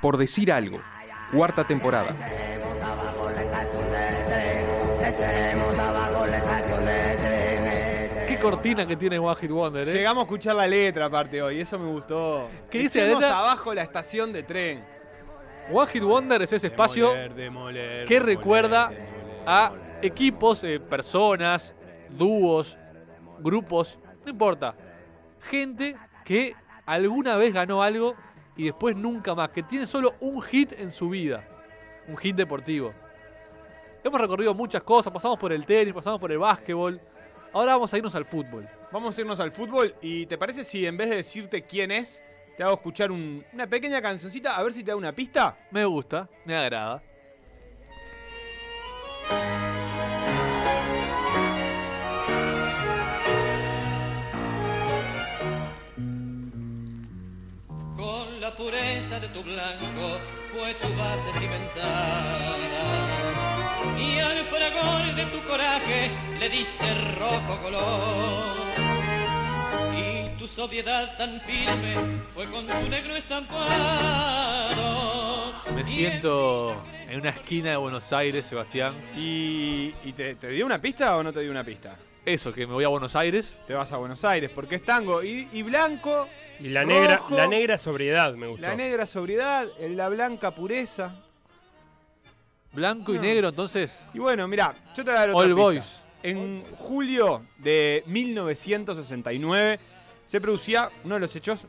Por decir algo, cuarta temporada. Qué cortina que tiene One Hit Wonder, ¿eh? Llegamos a escuchar la letra aparte hoy, eso me gustó. ¿Qué dice la Echemos letra? abajo la estación de tren. One Hit Wonder es ese espacio Demoler, demoler, que demoler, recuerda demoler. a equipos, eh, personas, dúos, grupos, no importa. Gente que alguna vez ganó algo y después nunca más, que tiene solo un hit en su vida, un hit deportivo. Hemos recorrido muchas cosas, pasamos por el tenis, pasamos por el básquetbol, ahora vamos a irnos al fútbol. Vamos a irnos al fútbol y ¿te parece si en vez de decirte quién es, te hago escuchar un- una pequeña cancioncita a ver si te da una pista? Me gusta, me agrada. Con la pureza de tu blanco fue tu base cimentada. Y al fragor de tu coraje le diste rojo color. Y tu sobriedad tan firme fue con tu negro estampado. Me siento en una esquina de Buenos Aires, Sebastián. ¿Y, y te, te dio una pista o no te dio una pista? Eso, que me voy a Buenos Aires. Te vas a Buenos Aires porque es tango y, y blanco, Y la negra, Rojo. la negra sobriedad me gustó. la negra sobriedad, la blanca pureza. Blanco y No. negro, entonces. Y bueno, mira, yo te voy a dar otra All pista. Boys. En julio de 1969 se producía uno de los hechos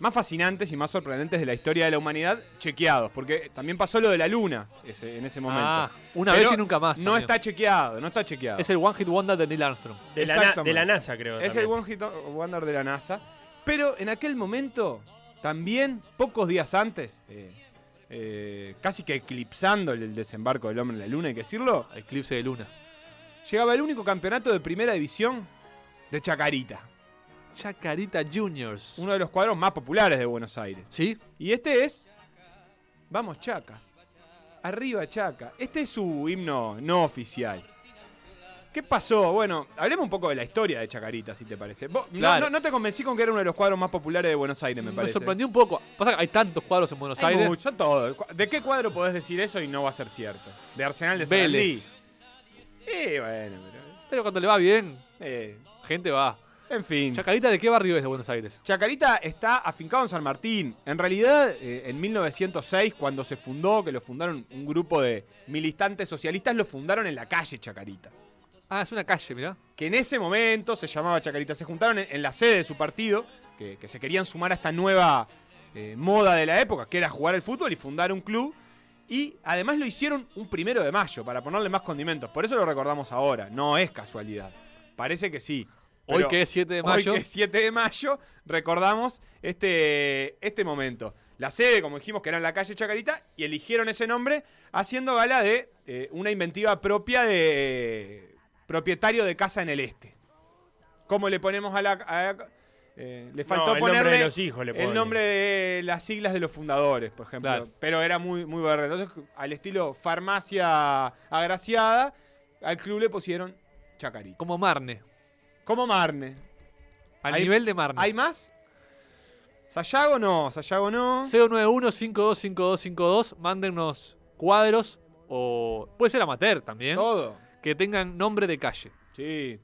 más fascinantes y más sorprendentes de la historia de la humanidad, chequeados, porque también pasó lo de la luna ese- en ese momento. Ah, una vez y nunca más No también. está chequeado, no está chequeado. Es el One Hit Wonder de Neil Armstrong. De, la, na- Exactamente. de la NASA, creo. Es el también. One Hit Wonder de la NASA. Pero en aquel momento, también, pocos días antes, eh, eh, casi que eclipsando el desembarco del hombre en la luna, hay que decirlo, Eclipse de luna. llegaba el único campeonato de primera división de Chacarita, Chacarita Juniors. uno de los cuadros más populares de Buenos Aires. ¿Sí? Y este es, vamos Chaca, arriba Chaca. Este es su himno no oficial. ¿Qué pasó? Bueno, hablemos un poco de la historia de Chacarita, si te parece. Vos- no- Claro. no, no te convencí con que era uno de los cuadros más populares de Buenos Aires, me Me, parece. sorprendió un poco. Pasa que hay tantos cuadros en Buenos Hay Aires. mucho, todo. ¿De qué cuadro podés decir eso y no va a ser cierto? ¿De Arsenal de Sarandí? Vélez. Eh, bueno, pero... Pero cuando le va bien, eh, gente va. en fin. Chacarita, ¿de qué barrio es de Buenos Aires? Chacarita está afincado en San Martín. En realidad, eh, en 1906, cuando se fundó, que lo fundaron un grupo de militantes socialistas, lo fundaron en la calle Chacarita. Ah, es una calle, mirá. Que en ese momento se llamaba Chacarita. Se juntaron en, en la sede de su partido, que, que se querían sumar a esta nueva eh, moda de la época, que era jugar al fútbol y fundar un club. Y además lo hicieron un primero de mayo, para ponerle más condimentos. Por eso lo recordamos ahora. No es casualidad. Parece que sí. Hoy pero- que es 7 de mayo. Hoy que es 7 de mayo, recordamos este, este momento. La sede, como dijimos, que era en la calle Chacarita, y eligieron ese nombre haciendo gala de eh, una inventiva propia de propietario de casa en el este. ¿Cómo le ponemos a la... a- eh, le faltó No, el nombre ponerle de los hijos le el ponen. nombre de las siglas de los fundadores, por ejemplo. Claro. Pero era muy, muy verde. Entonces, al estilo farmacia agraciada, al club le pusieron Chacarita. Como Marne. Como Marne. Al Hay- nivel de Marne. ¿Hay más? ¿Sayago no? ¿Sayago no? 091-525252. Mándennos cuadros o. Puede ser amateur también. Todo. Que tengan nombre de calle. Sí.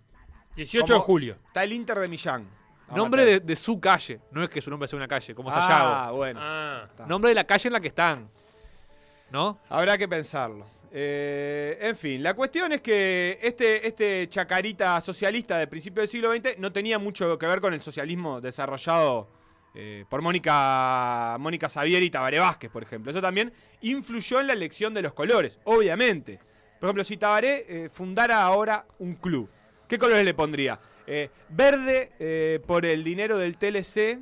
18 Como- de julio. Está el Inter de Millán. Amateur. Nombre de, de su calle. No es que su nombre sea una calle, como Ah, Sayago. bueno. Ah. está. Nombre de la calle en la que están. ¿No? Habrá que pensarlo. Eh, en fin, la cuestión es que este, este chacarita socialista de principio del siglo XX no tenía mucho que ver con el socialismo desarrollado eh, por Mónica, Mónica Xavier y Tabaré Vázquez, por ejemplo. Eso también influyó en la elección de los colores, obviamente. Por ejemplo, si Tabaré eh, fundara ahora un club, ¿qué colores le pondría? Eh, verde eh, por el dinero del TLC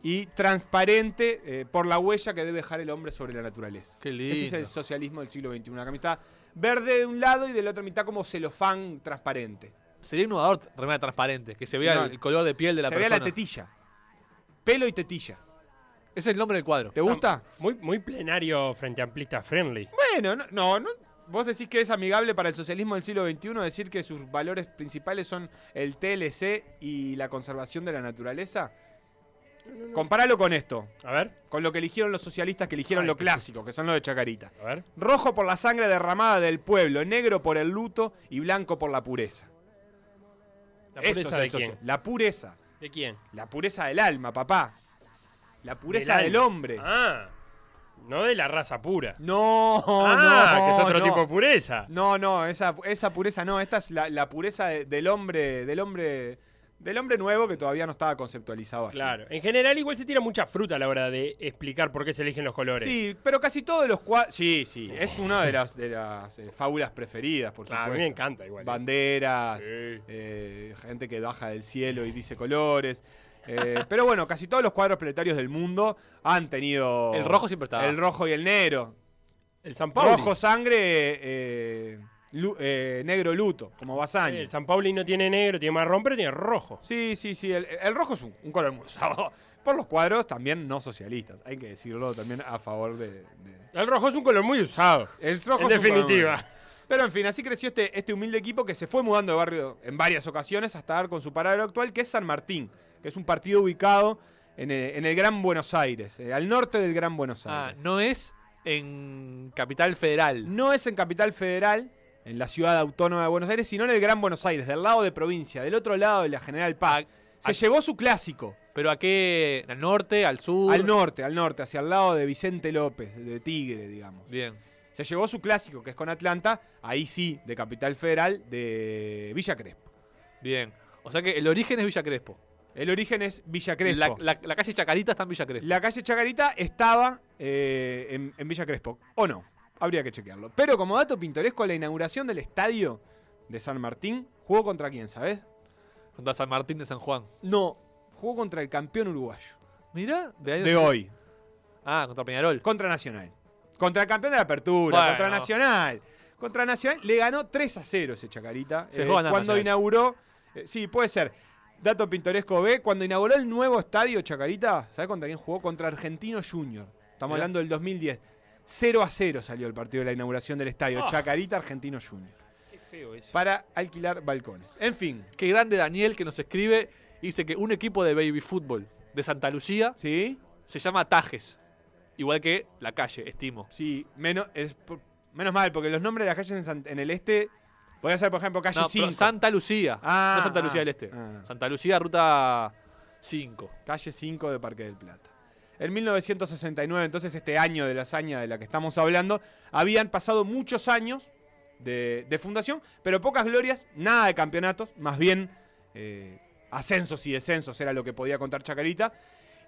y transparente eh, por la huella que debe dejar el hombre sobre la naturaleza. Qué Ese es lindo. el socialismo del siglo XXI. Una camiseta verde de un lado y de la otra mitad como celofán transparente. Sería innovador remera transparente, que se vea No. el, el color de piel de la Se persona. vea la tetilla. Pelo y tetilla. Ese es el nombre del cuadro. ¿Te gusta? Muy, muy plenario frente amplista friendly. Bueno, no, no, no. Vos decís que es amigable para el socialismo del siglo XXI decir que sus valores principales son el TLC y la conservación de la naturaleza. Compáralo con esto, A ver, con lo que eligieron los socialistas que eligieron Ay, lo qué clásico, que son los de Chacarita. a ver. Rojo por la sangre derramada del pueblo, negro por el luto y blanco por la pureza. ¿La Eso pureza es el de social- quién? La pureza. ¿De quién? La pureza del alma, papá. La pureza del, alma. hombre. Ah, no de la raza pura. No, ah, no. que es otro no. tipo de pureza. No, no, esa, esa pureza no. Esta es la, la pureza de- del hombre, del hombre, del hombre nuevo que todavía no estaba conceptualizado así. Claro. En general, igual se tira mucha fruta a la hora de explicar por qué se eligen los colores. Sí, pero casi todos los cuadros. Sí, sí. Es una de las de las eh, fábulas preferidas, por Ah, supuesto. a mí me encanta igual. Banderas, Sí. eh, gente que baja del cielo y dice colores. Eh, pero bueno, casi todos los cuadros planetarios del mundo han tenido. El rojo siempre estaba. El rojo y el negro. El San Pauli. Rojo sangre, eh, lu- eh, negro luto, como Sí, Basani. El San Pauli no tiene negro, tiene marrón, pero tiene rojo. Sí, sí, sí. El, el rojo es un, un color muy usado por los cuadros también no socialistas. Hay que decirlo también a favor de. de- El rojo es un color muy usado. El rojo En es un color muy definitiva. usado. Pero en fin, así creció este, este humilde equipo que se fue mudando de barrio en varias ocasiones hasta dar con su paradero actual, que es San Martín, que es un partido ubicado en el, en el Gran Buenos Aires, eh, al norte del Gran Buenos Ah, Aires. no es en Capital Federal. No es en Capital Federal, en la ciudad autónoma de Buenos Aires, sino en el Gran Buenos Aires, del lado de provincia, del otro lado de la General Paz. Se llevó su clásico. Pero a qué. Al norte, al sur. Al norte, al norte, hacia el lado de Vicente López, de Tigre, digamos. Bien. Se llevó su clásico, que es con Atlanta, ahí sí, de Capital Federal, de Villa Crespo. Bien. O sea que el origen es Villa Crespo. El origen es Villa Crespo. La, La, la- la calle Chacarita está en Villa Crespo. calle Chacarita estaba eh, en, en Villa Crespo, o no, habría que chequearlo. Pero como dato pintoresco, la inauguración del estadio de San Martín, ¿jugó contra quién, sabes? Junto a San Martín de San Juan. No, jugó contra el campeón uruguayo Mirá, de, ahí- de hoy, Ah, contra Peñarol. contra Nacional. Contra el campeón de la apertura, Bueno. contra Nacional. Contra Nacional le ganó 3 a 0 ese Chacarita. eh, Se juega en la cuando Nacional. inauguró. eh, sí, puede ser. Dato pintoresco B, cuando inauguró el nuevo estadio Chacarita, ¿sabes contra quién jugó? Contra Argentino Junior. Estamos Mirá. hablando del 2010. 0 a 0 salió el partido de la inauguración del estadio. Ah. Chacarita Argentino Junior. Qué feo eso. Para alquilar balcones. En fin. Qué grande Daniel que nos escribe. Dice que un equipo de baby fútbol de Santa Lucía ¿Sí? se llama Tajes. Igual que la calle, estimo. Sí. Menos, es por- menos mal, porque los nombres de las calles en, San- en el este. Podría ser, por ejemplo, calle No, pero 5. Santa Lucía. Ah, no Santa Lucía ah, del Este. ah. Santa Lucía, ruta 5. Calle 5 de Parque del Plata. En 1969, entonces este año de la hazaña de la que estamos hablando, habían pasado muchos años de, de fundación, pero pocas glorias, nada de campeonatos, más bien eh, ascensos y descensos era lo que podía contar Chacarita.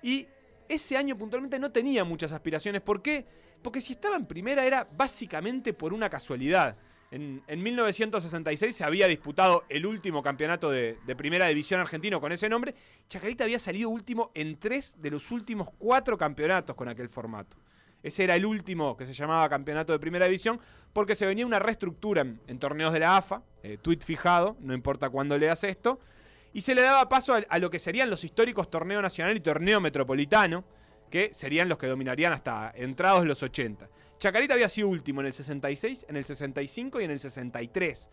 Y ese año puntualmente no tenía muchas aspiraciones. ¿Por qué? Porque si estaba en primera era básicamente por una casualidad. En, en 1966 se había disputado el último campeonato de, de primera división argentino con ese nombre. Chacarita había salido último en tres de los últimos cuatro campeonatos con aquel formato. Ese era el último que se llamaba campeonato de primera división porque se venía una reestructura en, en torneos de la AFA, eh, tuit fijado, no importa cuándo leas esto, y se le daba paso a, a lo que serían los históricos torneo nacional y torneo metropolitano, que serían los que dominarían hasta entrados los 80. Chacarita había sido último en el 66, en el 65 y en el 63.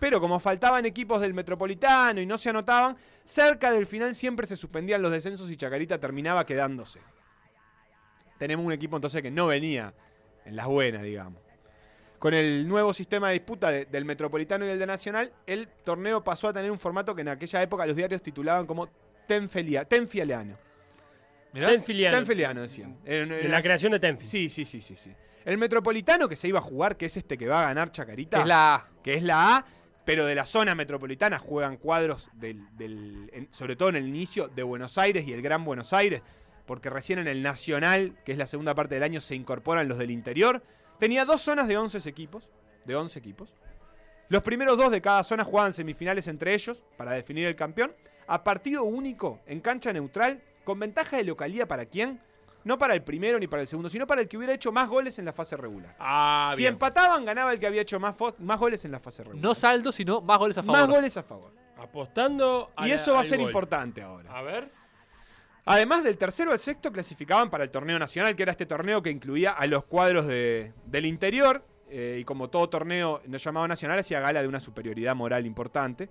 Pero como faltaban equipos del metropolitano y no se anotaban, cerca del final siempre se suspendían los descensos y Chacarita terminaba quedándose. Tenemos un equipo entonces que no venía en las buenas, digamos. Con el nuevo sistema de disputa de- del Metropolitano y del de Nacional, el torneo pasó a tener un formato que en aquella época los diarios titulaban como Tenfelia, Tenfialeano. Mirá. Tenfiliano. Tenfeliano decían. En, De la creación de Tenfield. Sí, sí, sí, sí, sí. El Metropolitano que se iba a jugar, que es este que va a ganar Chacarita, Es la A. que es la A, pero de la zona metropolitana juegan cuadros del, del- en- sobre todo en el inicio de Buenos Aires y el Gran Buenos Aires, porque recién en el Nacional, que es la segunda parte del año, se incorporan los del interior. Tenía dos zonas de 11 equipos, de 11 equipos. Los primeros dos de cada zona jugaban semifinales entre ellos para definir el campeón. A partido único, en cancha neutral, con ventaja de localía para quién? No para el primero ni para el segundo, sino para el que hubiera hecho más goles en la fase regular. Ah, si bien. empataban, ganaba el que había hecho más, fo- más goles en la fase regular. No saldo, sino más goles a favor. Más goles a favor. Apostando a y la- eso va a al ser gol. Ah. importante ahora. A ver. Además del tercero al sexto clasificaban para el torneo nacional, que era este torneo que incluía a los cuadros de- del interior, eh, y como todo torneo no llamado nacional hacía gala de una superioridad moral importante.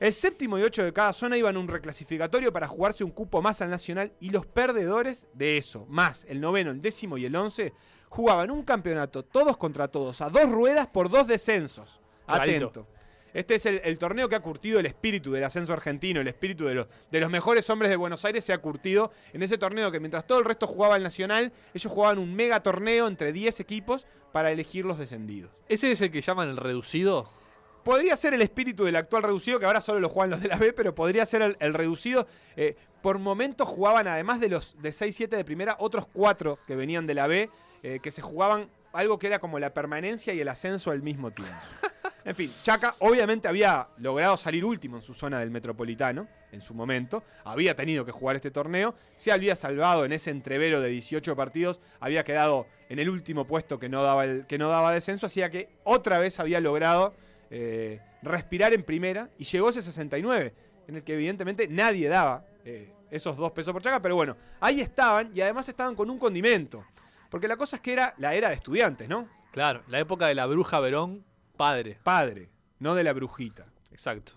El séptimo y ocho de cada zona iban a un reclasificatorio para jugarse un cupo más al Nacional y los perdedores de eso, más el noveno, el décimo y el once, jugaban un campeonato todos contra todos, a dos ruedas por dos descensos. Clarito. Atento. Este es el, el torneo que ha curtido el espíritu del ascenso argentino, el espíritu de, los- de los mejores hombres de Buenos Aires se ha curtido en ese torneo que mientras todo el resto jugaba el Nacional, ellos jugaban un mega torneo entre 10 equipos para elegir los descendidos. ¿Ese es el que llaman el reducido? Podría ser el espíritu del actual reducido, que ahora solo lo juegan los de la B, pero podría ser el, el reducido. Eh, por momentos jugaban, además de los de 6-7 de primera, otros cuatro que venían de la B, eh, que se jugaban algo que era como la permanencia y el ascenso al mismo tiempo. En fin, Chaca obviamente había logrado salir último en su zona del Metropolitano, en su momento, había tenido que jugar este torneo, se había salvado en ese entrevero de 18 partidos, había quedado en el último puesto que no daba, el, que no daba descenso, hacía que otra vez había logrado eh, respirar en primera y llegó ese 69, en el que evidentemente nadie daba eh, esos dos pesos por Chaca, pero bueno, ahí estaban y además estaban con un condimento, porque la cosa es que era la era de estudiantes, ¿no? Claro, la época de la bruja Verón, padre. Padre, no de la brujita. Exacto.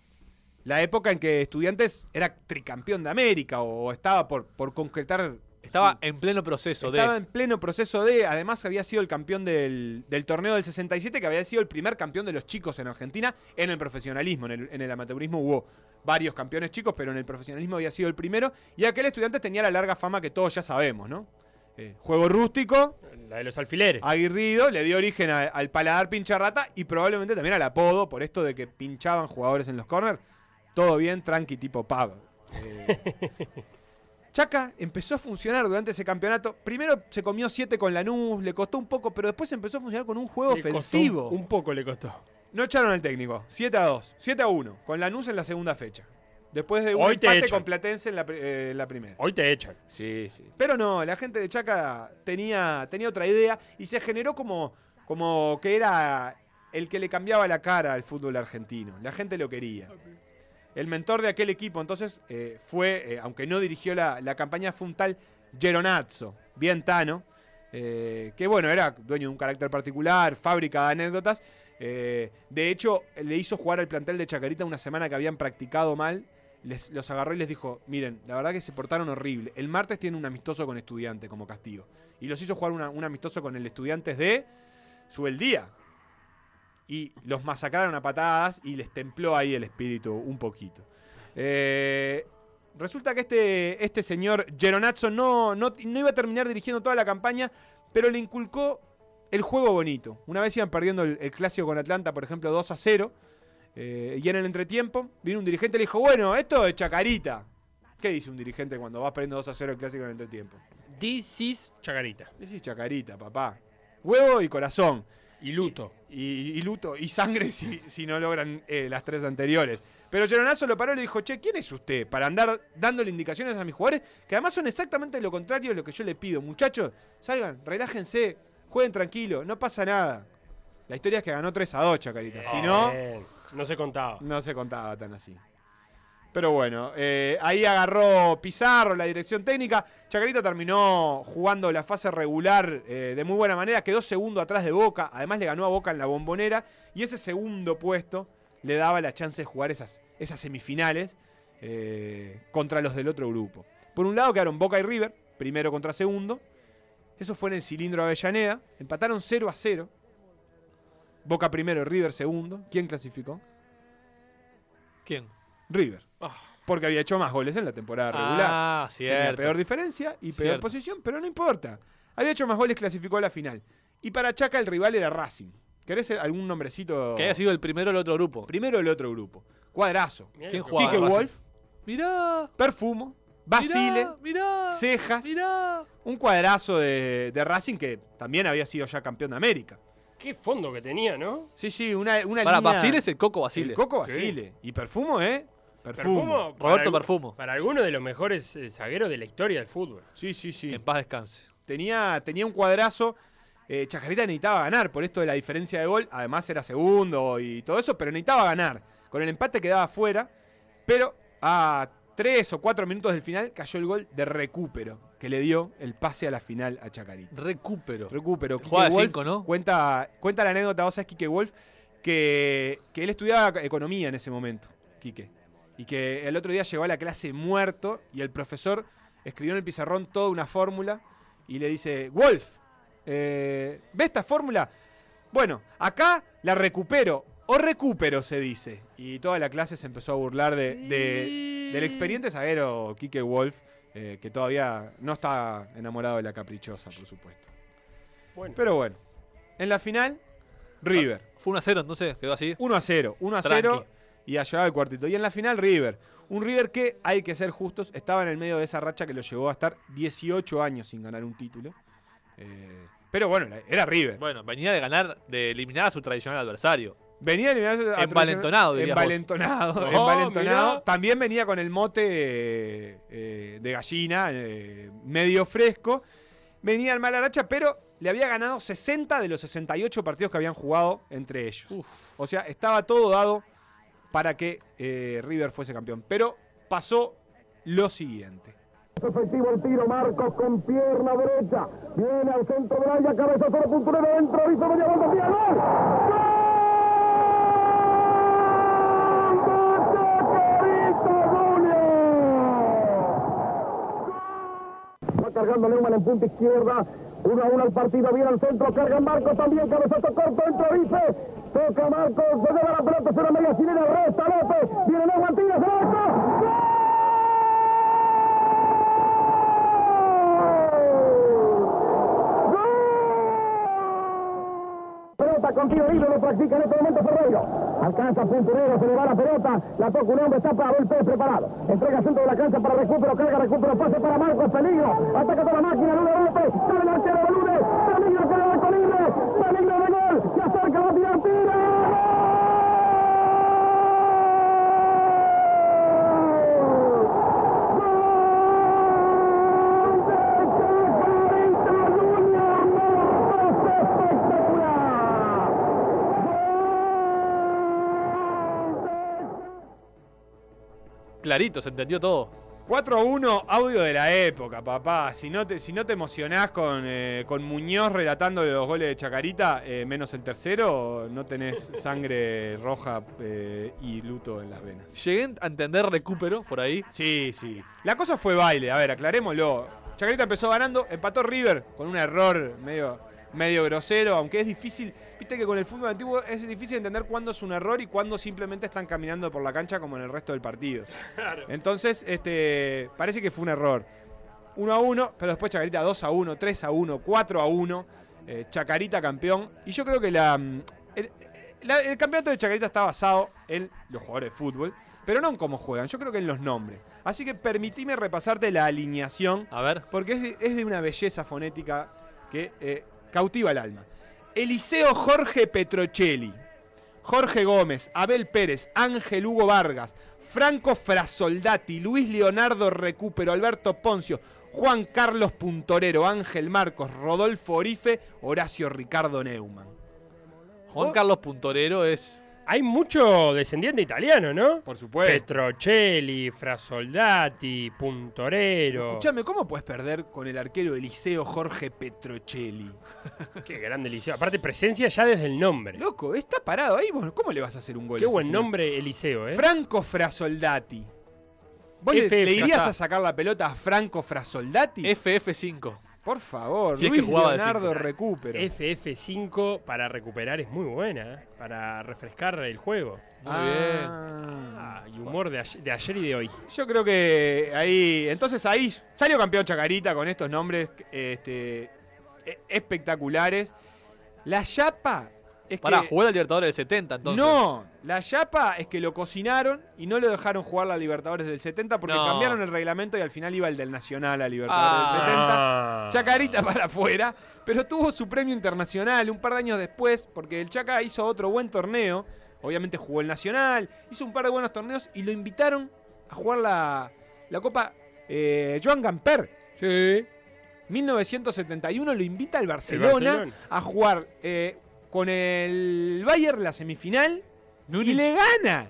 La época en que Estudiantes era tricampeón de América o estaba por, por concretar. Estaba su- en pleno proceso estaba de... en pleno proceso de. Además, había sido el campeón del, del torneo del 67, que había sido el primer campeón de los chicos en Argentina en el profesionalismo. En el, en el amateurismo hubo varios campeones chicos, pero en el profesionalismo había sido el primero. Y aquel estudiante tenía la larga fama que todos ya sabemos, ¿no? Eh, juego rústico, La de los alfileres. aguirrido, le dio origen a- al paladar pincharrata y probablemente también al apodo por esto de que pinchaban jugadores en los corners. Todo bien, tranqui tipo pub. Eh, Chaca empezó a funcionar durante ese campeonato. Primero se comió 7 con Lanús, le costó un poco, pero después empezó a funcionar con un juego Le costó ofensivo. Un, un poco le costó. No echaron al técnico. 7 a 2, 7 a 1, con Lanús en la segunda fecha. Después de un Hoy te empate echan. con Platense en la, pri- eh, en la primera. Hoy te echan. Sí, sí. Pero no, la gente de Chaca tenía, tenía otra idea y se generó como, como que era el que le cambiaba la cara al fútbol argentino. La gente lo quería. El mentor de aquel equipo entonces eh, fue, eh, aunque no dirigió la, la campaña, fue un tal Geronazzo, bien Tano, eh, que bueno, era dueño de un carácter particular, fábrica de anécdotas. Eh, de hecho, le hizo jugar al plantel de Chacarita una semana que habían practicado mal. Les, los agarró y les dijo, miren, la verdad que se portaron horrible. El martes tiene un amistoso con estudiante como castigo. Y los hizo jugar una- un amistoso con el estudiantes de Subeldía. Y los masacraron a patadas y les templó ahí el espíritu un poquito. Eh, resulta que este, este señor Geronazzo no, no, no iba a terminar dirigiendo toda la campaña, pero le inculcó el juego bonito. Una vez iban perdiendo el, el clásico con Atlanta, por ejemplo, 2 a 0. eh, y en el entretiempo vino un dirigente y le dijo, bueno, esto es Chacarita. ¿Qué dice un dirigente cuando vas perdiendo 2 a 0 el clásico en el entretiempo? This is Chacarita. Decís Chacarita, papá. Huevo y corazón. Y Luto. Y, y luto y sangre si, si no logran eh, las tres anteriores. Pero Geronazo lo paró y le dijo, che, ¿quién es usted? Para andar dándole indicaciones a mis jugadores, que además son exactamente lo contrario de lo que yo le pido. Muchachos, salgan, relájense, jueguen tranquilo, no pasa nada. La historia es que ganó 3 a 2, Chacarita. Si no, Ah, Bien. No eh, se contaba. no se contaba tan así. Pero bueno, eh, ahí agarró Pizarro la dirección técnica. Chacarita terminó jugando la fase regular eh, de muy buena manera. Quedó segundo atrás de Boca. Además le ganó a Boca en la bombonera. Y ese segundo puesto le daba la chance de jugar esas, esas semifinales eh, contra los del otro grupo. Por un lado quedaron Boca y River, primero contra segundo. Eso fue en el cilindro Avellaneda. Empataron 0 a 0. Boca primero, River segundo. ¿Quién clasificó? ¿Quién? River. Ah. Porque había hecho más goles en la temporada regular. Ah, Tenía cierto. peor diferencia y peor Cierto. posición, pero no importa. Había hecho más goles, clasificó a la final. Y para Chaca el rival era Racing. ¿Querés algún nombrecito? Que haya sido el primero del otro grupo. Primero el otro grupo. Cuadrazo. Mirá ¿Quién que- jugaba? Quique Racing? Wolf, Mirá. Perfumo, Basile, mirá, Mirá. Cejas. Mirá. Un cuadrazo de, de Racing que también había sido ya campeón de América. Qué fondo que tenía, ¿no? Sí, sí, una, una Para línea- Basile es el Coco el Basile. Coco Basile. Y Perfumo, ¿eh? Perfumo. Perfumo. para Roberto algu- Perfumo. Para alguno de los mejores eh, zagueros de la historia del fútbol. Sí, sí, sí. En paz descanse. tenía, tenía un cuadrazo. eh, Chacarita necesitaba ganar por esto de la diferencia de gol. Además era segundo y todo eso, pero necesitaba ganar. Con el empate quedaba fuera. Pero a tres o cuatro minutos del final cayó el gol de recupero que le dio el pase a la final a Chacarita. Recupero. Recupero. Quique Jugaba de Wolf cinco, ¿no? Cuenta, cuenta la anécdota, vos sabés, Quique Wolf, que, que él estudiaba economía en ese momento, Quique. Y que el otro día llegó a la clase muerto y el profesor escribió en el pizarrón toda una fórmula y le dice, Wolf, eh, ¿ves esta fórmula? Bueno, acá la recupero o recupero se dice. Y toda la clase se empezó a burlar de, de- del experiente zaguero Quique Wolf, eh, que todavía no está enamorado de la caprichosa, por supuesto. Bueno, Pero bueno, en la final, River. Fue 1 a 0, entonces quedó así. 1 a 0, 1 a Ah. Tranqui. 0 y ha llegado el cuartito. Y en la final, River. Un River que, hay que ser justos, estaba en el medio de esa racha que lo llevó a estar 18 años sin ganar un título. Eh, pero bueno, la- era River. Bueno, venía de ganar, de eliminar a su tradicional adversario. Venía eliminado a- a- Envalentonado, dirías vos. Envalentonado, Oh, envalentonado. mirá. También venía con el mote eh, eh, de gallina, eh, medio fresco. Venía al mala racha, pero le había ganado 60 de los 68 partidos que habían jugado entre ellos. Uf. O sea, estaba todo dado para que eh, River fuese campeón. Pero pasó lo siguiente. Efectivo el tiro, Marcos con pierna derecha. Viene al centro de área, cabeza sobre punturero, dentro, aviso, media vuelta, tira, gol. ¡Gol! ¡De Chacarito Junior! Va cargando Neumann en punta izquierda. Uno a uno el partido, viene al centro, carga Marcos también, cabezazo corto, dentro, dice. Toca Marcos, se lleva la pelota, se la media chilena, resta López, viene Neumann, tira, se la ¡Gol! Pelota con tiro libre lo practica en este momento Ferreiro. Alcanza Punturero, se le va la pelota, la toca un hombre, está para Volpe preparado. Entrega al centro de la cancha para recupero, carga, recupero, pase para Marcos, peligro. Ataca toda la máquina, Lula Volpe, sale el arquero de Lula, peligro para el arco libre, peligro de gol, se acerca, va a tirar, tira. Clarito, se entendió todo. 4 a 1, audio de la época, papá. Si no te, si no te emocionás con, eh, con Muñoz relatando los goles de Chacarita, eh, menos el tercero, no tenés sangre roja eh, y luto en las venas. Llegué a entender recupero por ahí. Sí, sí. La cosa fue baile, a ver, aclarémoslo. Chacarita empezó ganando, empató River con un error medio, medio grosero, aunque es difícil. Viste que con el fútbol antiguo es difícil entender cuándo es un error y cuándo simplemente están caminando por la cancha como en el resto del partido. Entonces, este, parece que fue un error. 1 a 1, pero después Chacarita 2 a 1, 3 a 1, 4 a 1. eh, Chacarita campeón. Y yo creo que la, mm, el, la- el campeonato de Chacarita está basado en los jugadores de fútbol, pero no en cómo juegan, yo creo que en los nombres. Así que permitime repasarte la alineación, A ver. porque es de, es de una belleza fonética que eh, cautiva el alma. Eliseo Jorge Petrocelli, Jorge Gómez, Abel Pérez, Ángel Hugo Vargas, Franco Frasoldati, Luis Leonardo Recupero, Alberto Poncio, Juan Carlos Puntorero, Ángel Marcos, Rodolfo Orife, Horacio Ricardo Neumann. Oh. Juan Carlos Puntorero es. hay mucho descendiente italiano, ¿no? Por supuesto. Petrocelli, Frasoldati, Puntorero. Escúchame, ¿cómo puedes perder con el arquero Eliseo Jorge Petrocelli? Qué grande Eliseo. Aparte, presencia ya desde el nombre. Loco, está parado ahí. vos, ¿Cómo le vas a hacer un gol? Qué a ese buen señor? nombre Eliseo, ¿eh? Franco Frasoldati. ¿Vos le, FF, le irías acá. a sacar la pelota a Franco Frasoldati? FF5. Por favor, Si es que Luis jugaba de Leonardo cinco. Recupero. FF5 para recuperar es muy buena, ¿eh? para refrescar el juego. Muy Ah. Ah, y humor de ayer, de ayer y de hoy. Yo creo que ahí. Entonces ahí salió campeón Chacarita con estos nombres este, e- espectaculares. La Yapa es bien. Para que. jugar al Libertadores del 70, entonces. No, la Yapa es que lo cocinaron y no lo dejaron jugar la Libertadores del 70 porque No. cambiaron el reglamento y al final iba el del Nacional a Libertadores Ah. del 70. Chacarita para afuera, pero tuvo su premio internacional un par de años después, porque el Chaca hizo otro buen torneo, obviamente jugó el Nacional, hizo un par de buenos torneos y lo invitaron a jugar la, la Copa eh, Joan Gamper. Sí. Eh, 1971 lo invita al Barcelona, Barcelona. a jugar eh, con el Bayern la semifinal Múnich. y le gana.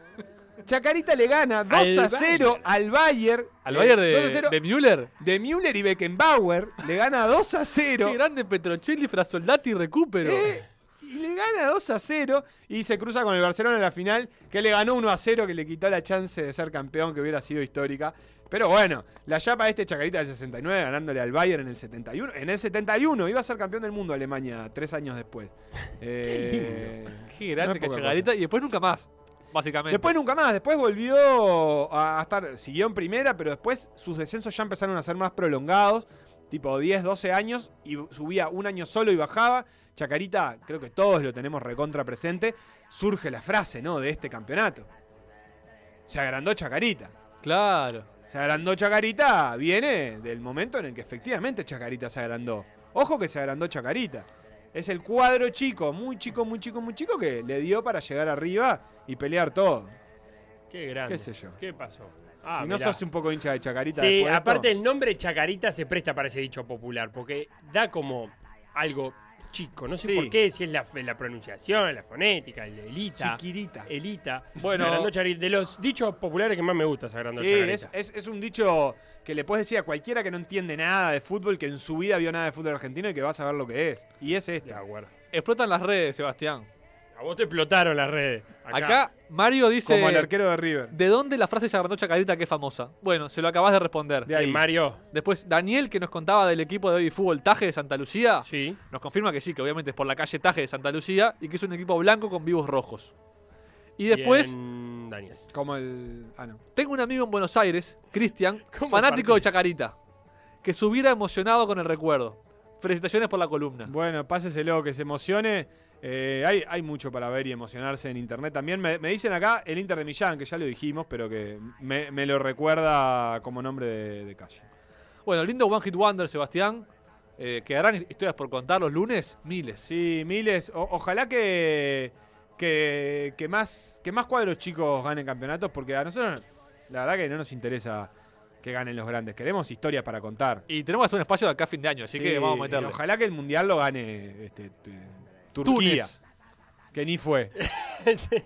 Chacarita le gana 2 a Al 0 al Bayern. Al Eh, Bayern 2 a 0 de, de Müller. de Müller y Beckenbauer le gana 2 a 0. Qué grande Petrocelli, Frasoldati y recupero. Eh, y y le gana 2 a 0 y se cruza con el Barcelona en la final, que le ganó 1 a 0, que le quitó la chance de ser campeón, que hubiera sido histórica. Pero bueno, la chapa de este Chacarita del 69 ganándole al Bayern en el 71. En el 71 iba a ser campeón del mundo Alemania tres años después. Eh, Qué no grande es poca Chacarita. Y después nunca más, básicamente. Después nunca más, después volvió a a estar, siguió en primera, pero después sus descensos ya empezaron a ser más prolongados, tipo 10, 12 años, y subía un año solo y bajaba. Chacarita, creo que todos lo tenemos recontra presente, surge la frase, ¿no? De este campeonato. Se agrandó Chacarita. Claro. Se agrandó Chacarita, viene del momento en el que efectivamente Chacarita se agrandó. Ojo que se agrandó Chacarita. Es el cuadro chico, muy chico, muy chico, muy chico, que le dio para llegar arriba y pelear todo. Qué grande. qué sé yo. ¿Qué pasó? Ah, si no mirá. sos un poco hincha de Chacarita. Sí, después de aparte esto, el nombre Chacarita se presta para ese dicho popular, porque da como algo chico. No sé Sí. por qué, si es la, la pronunciación, la fonética, el elita. Chiquirita. Elita. Bueno. Sagrando Chacarita. De los dichos populares que más me gusta, Sagrando Sí, Chacarita. es, este. es- es un dicho que le puedes decir a cualquiera que no entiende nada de fútbol, que en su vida vio nada de fútbol argentino y que va a saber lo que es. Y es este. Ya, bueno. Explotan las redes, Sebastián. A vos te explotaron las redes. Acá, Mario dice. Como el arquero de River. ¿De dónde la frase se agrandó Chacarita que es famosa? Bueno, se lo acabas de responder. De ahí. Eh, Mario. Después, Daniel, que nos contaba del equipo de hoy fútbol Taje de Santa Lucía, Sí. nos confirma que sí, que obviamente es por la calle Taje de Santa Lucía y que es un equipo blanco con vivos rojos. Y después, Bien, Daniel. Como el. Ah, no. tengo un amigo en Buenos Aires, Cristian, ¿Cómo fanático de parte? Chacarita, que se hubiera emocionado con el recuerdo. Felicitaciones por la columna. Ah. Bueno, páseselo, que se emocione. Eh, hay, hay mucho para ver y emocionarse en internet también. Me, me dicen acá el Inter de Millán, que ya lo dijimos, pero que me, me lo recuerda como nombre de, de calle. Bueno, lindo One Hit Wonder, Sebastián. Eh, quedarán historias por contar los lunes, miles. Sí, miles. O- ojalá que, que, que más, que más cuadros chicos ganen campeonatos, porque a nosotros la verdad que no nos interesa que ganen los grandes. Queremos historias para contar. Y tenemos que hacer un espacio de acá a fin de año, así que Sí, vamos a meterle. Ojalá que el Mundial lo gane este, tu- Turquía, Túnez. que ni fue. Sí.